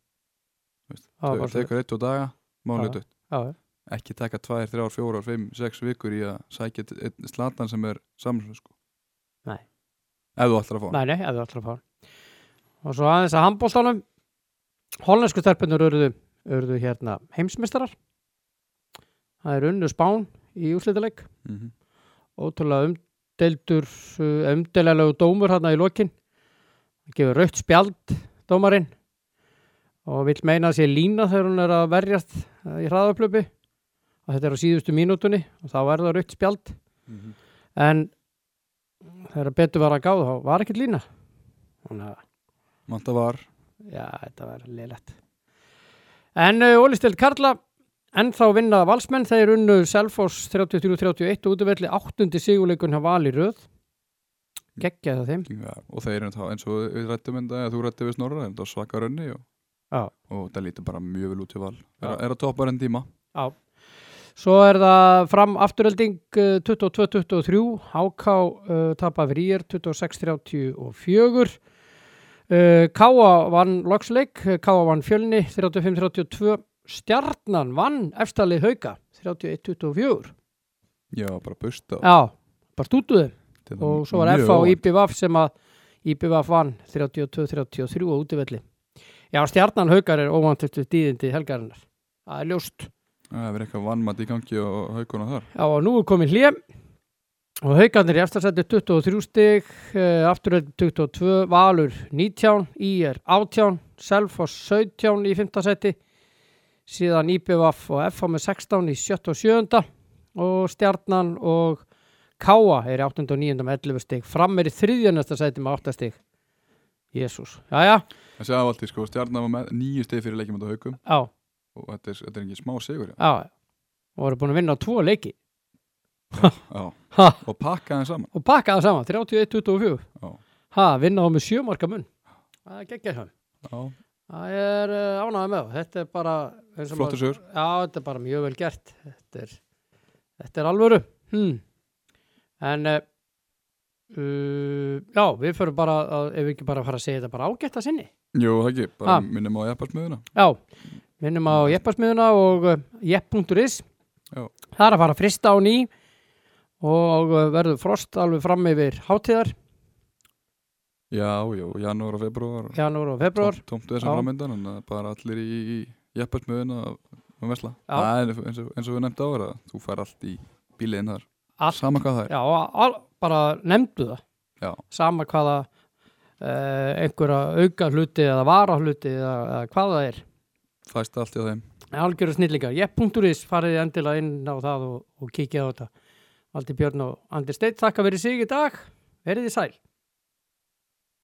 A: það var
B: það
A: bara
B: þau
A: svo-
B: tekur eitt og daga,
A: Já.
B: mánuðu
A: já, já,
B: ekki taka tvær, þrjár, fjórar, fimm, sex vikur í að sækja t- einn slatan sem er samslu sko.
A: Nei.
B: Ef þú ætlar að fá hann.
A: Nei, nei, eða allra fá hann. Og svo aðeins að handbóltanum Hollensku stelpunur urðu, urðu hérna heimsmeistarar Það er unnu spán í úrslitaleg
B: Mm -hmm.
A: ótrúlega umdeldur umdeljalegu dómur hérna í lokin hann gefur raukt spjald dómarinn og vill meina að sé lína þegar hún er að verjast eh, í hraðaplöpi og þetta er á síðustu mínútunni og þá er það raukt spjald
B: Mhm.
A: en þegar betur var að gáða þá var ekkert lína þannig að
B: Manta var,
A: Já, þetta var liðlegt. En uh, Ólistild Karla, ennþá vinna valsmenn, þeir unnu Selfoss 33-31 og útvelli áttundi sigurleikun hjá Val í röð. Gekkja það þeim.
B: ja, og þeir eru þá eins og við rættum en það, þú rættum við snorra, þetta var svaka rönni og,
A: Já.
B: og það lítur bara mjög vel út í val. Er,
A: Já.
B: er að toppa enn tíma.
A: Svo er það fram afturölding eh, 22-23, HK uh, tapað fyrir ír 26-34. Uh, Káa vann loksleik, eh, Káa vann fjölni 35-32, Stjarnan vann efstalið hauka 31-24.
B: Já, bara busta.
A: Já, bara stútuðu.
B: Þetta er
A: og svo var
B: mjög
A: FH og
B: óvænt.
A: IPVF sem að IPVF vann 32-33 á útivelli. Já, stjarnan haukar er óvantustu dýðindi helgarinnar. Það er ljóst.
B: Það er eitthvað vannmatt í gangi og hauguna þar.
A: Já, og nú er komin hljem og haukarnir í eftirsætti 23 stig, uh, afturöld 22, Valur 19, IR 18, Selfoss 17 í 5. sætti, síðan IPVF og FH með 16 í 7. og 7. og Stjarnan og Káa er í 8. og 9. með 11 stig, fram er í 3. næsta sætti með 8 stig. Jésús, já, já,
B: Það segja alltið sko, stjarnar var með nýju stið fyrir leikjum á haugum
A: já,
B: og þetta er, þetta er engin smá sigur. Já.
A: já, og voru búin að vinna á tvo leiki
B: Já.
A: ha,
B: Og pakka þeim saman.
A: og pakka það saman, 31-24.
B: Já.
A: Ha, vinna á með sjö marka mun. Það er geggjað hann.
B: Já.
A: Það er uh, ánægð með þá. Þetta er bara... eins og
B: Flottur
A: maður-
B: sigur.
A: Já, þetta er bara mjög vel gert. Þetta er, þetta er alvöru. Hmm. En uh, uh, já, við förum bara, að, ef við ekki bara fara að segja þetta bara ágætt að sinni.
B: Jú, það ekki, bara
A: Ha.
B: minnum á jafnbarsmiðuna.
A: Já, minnum á jeppasmiðuna og uh, jepp.is.
B: Já.
A: Það er að fara að frista á ný og uh, verður frost alveg fram yfir hátíðar,
B: Já, já, janúar og februar og
A: janúar og februar.
B: tómt- tómt þessum
A: Já.
B: framöndan en það er bara allir í, í jafnbarsmiðuna og vesla.
A: Já.
B: Það er eins og, eins og við nefndi ára, þú fær allt í bíliðin þar.
A: Allt.
B: Sama hvað það er.
A: Já, al, bara nefndu það.
B: Já.
A: Sama hvaða uh, einhverja auka hluti eða vara hluti eða, eða hvað það er.
B: Fæst allt í þeim.
A: Algjöru snillingar. Jepp.is farið endilega inn á það og, og kikið á þetta. Valdi Björn og Andi Steinn, þakka verið sig í dag. Verið þið sæl.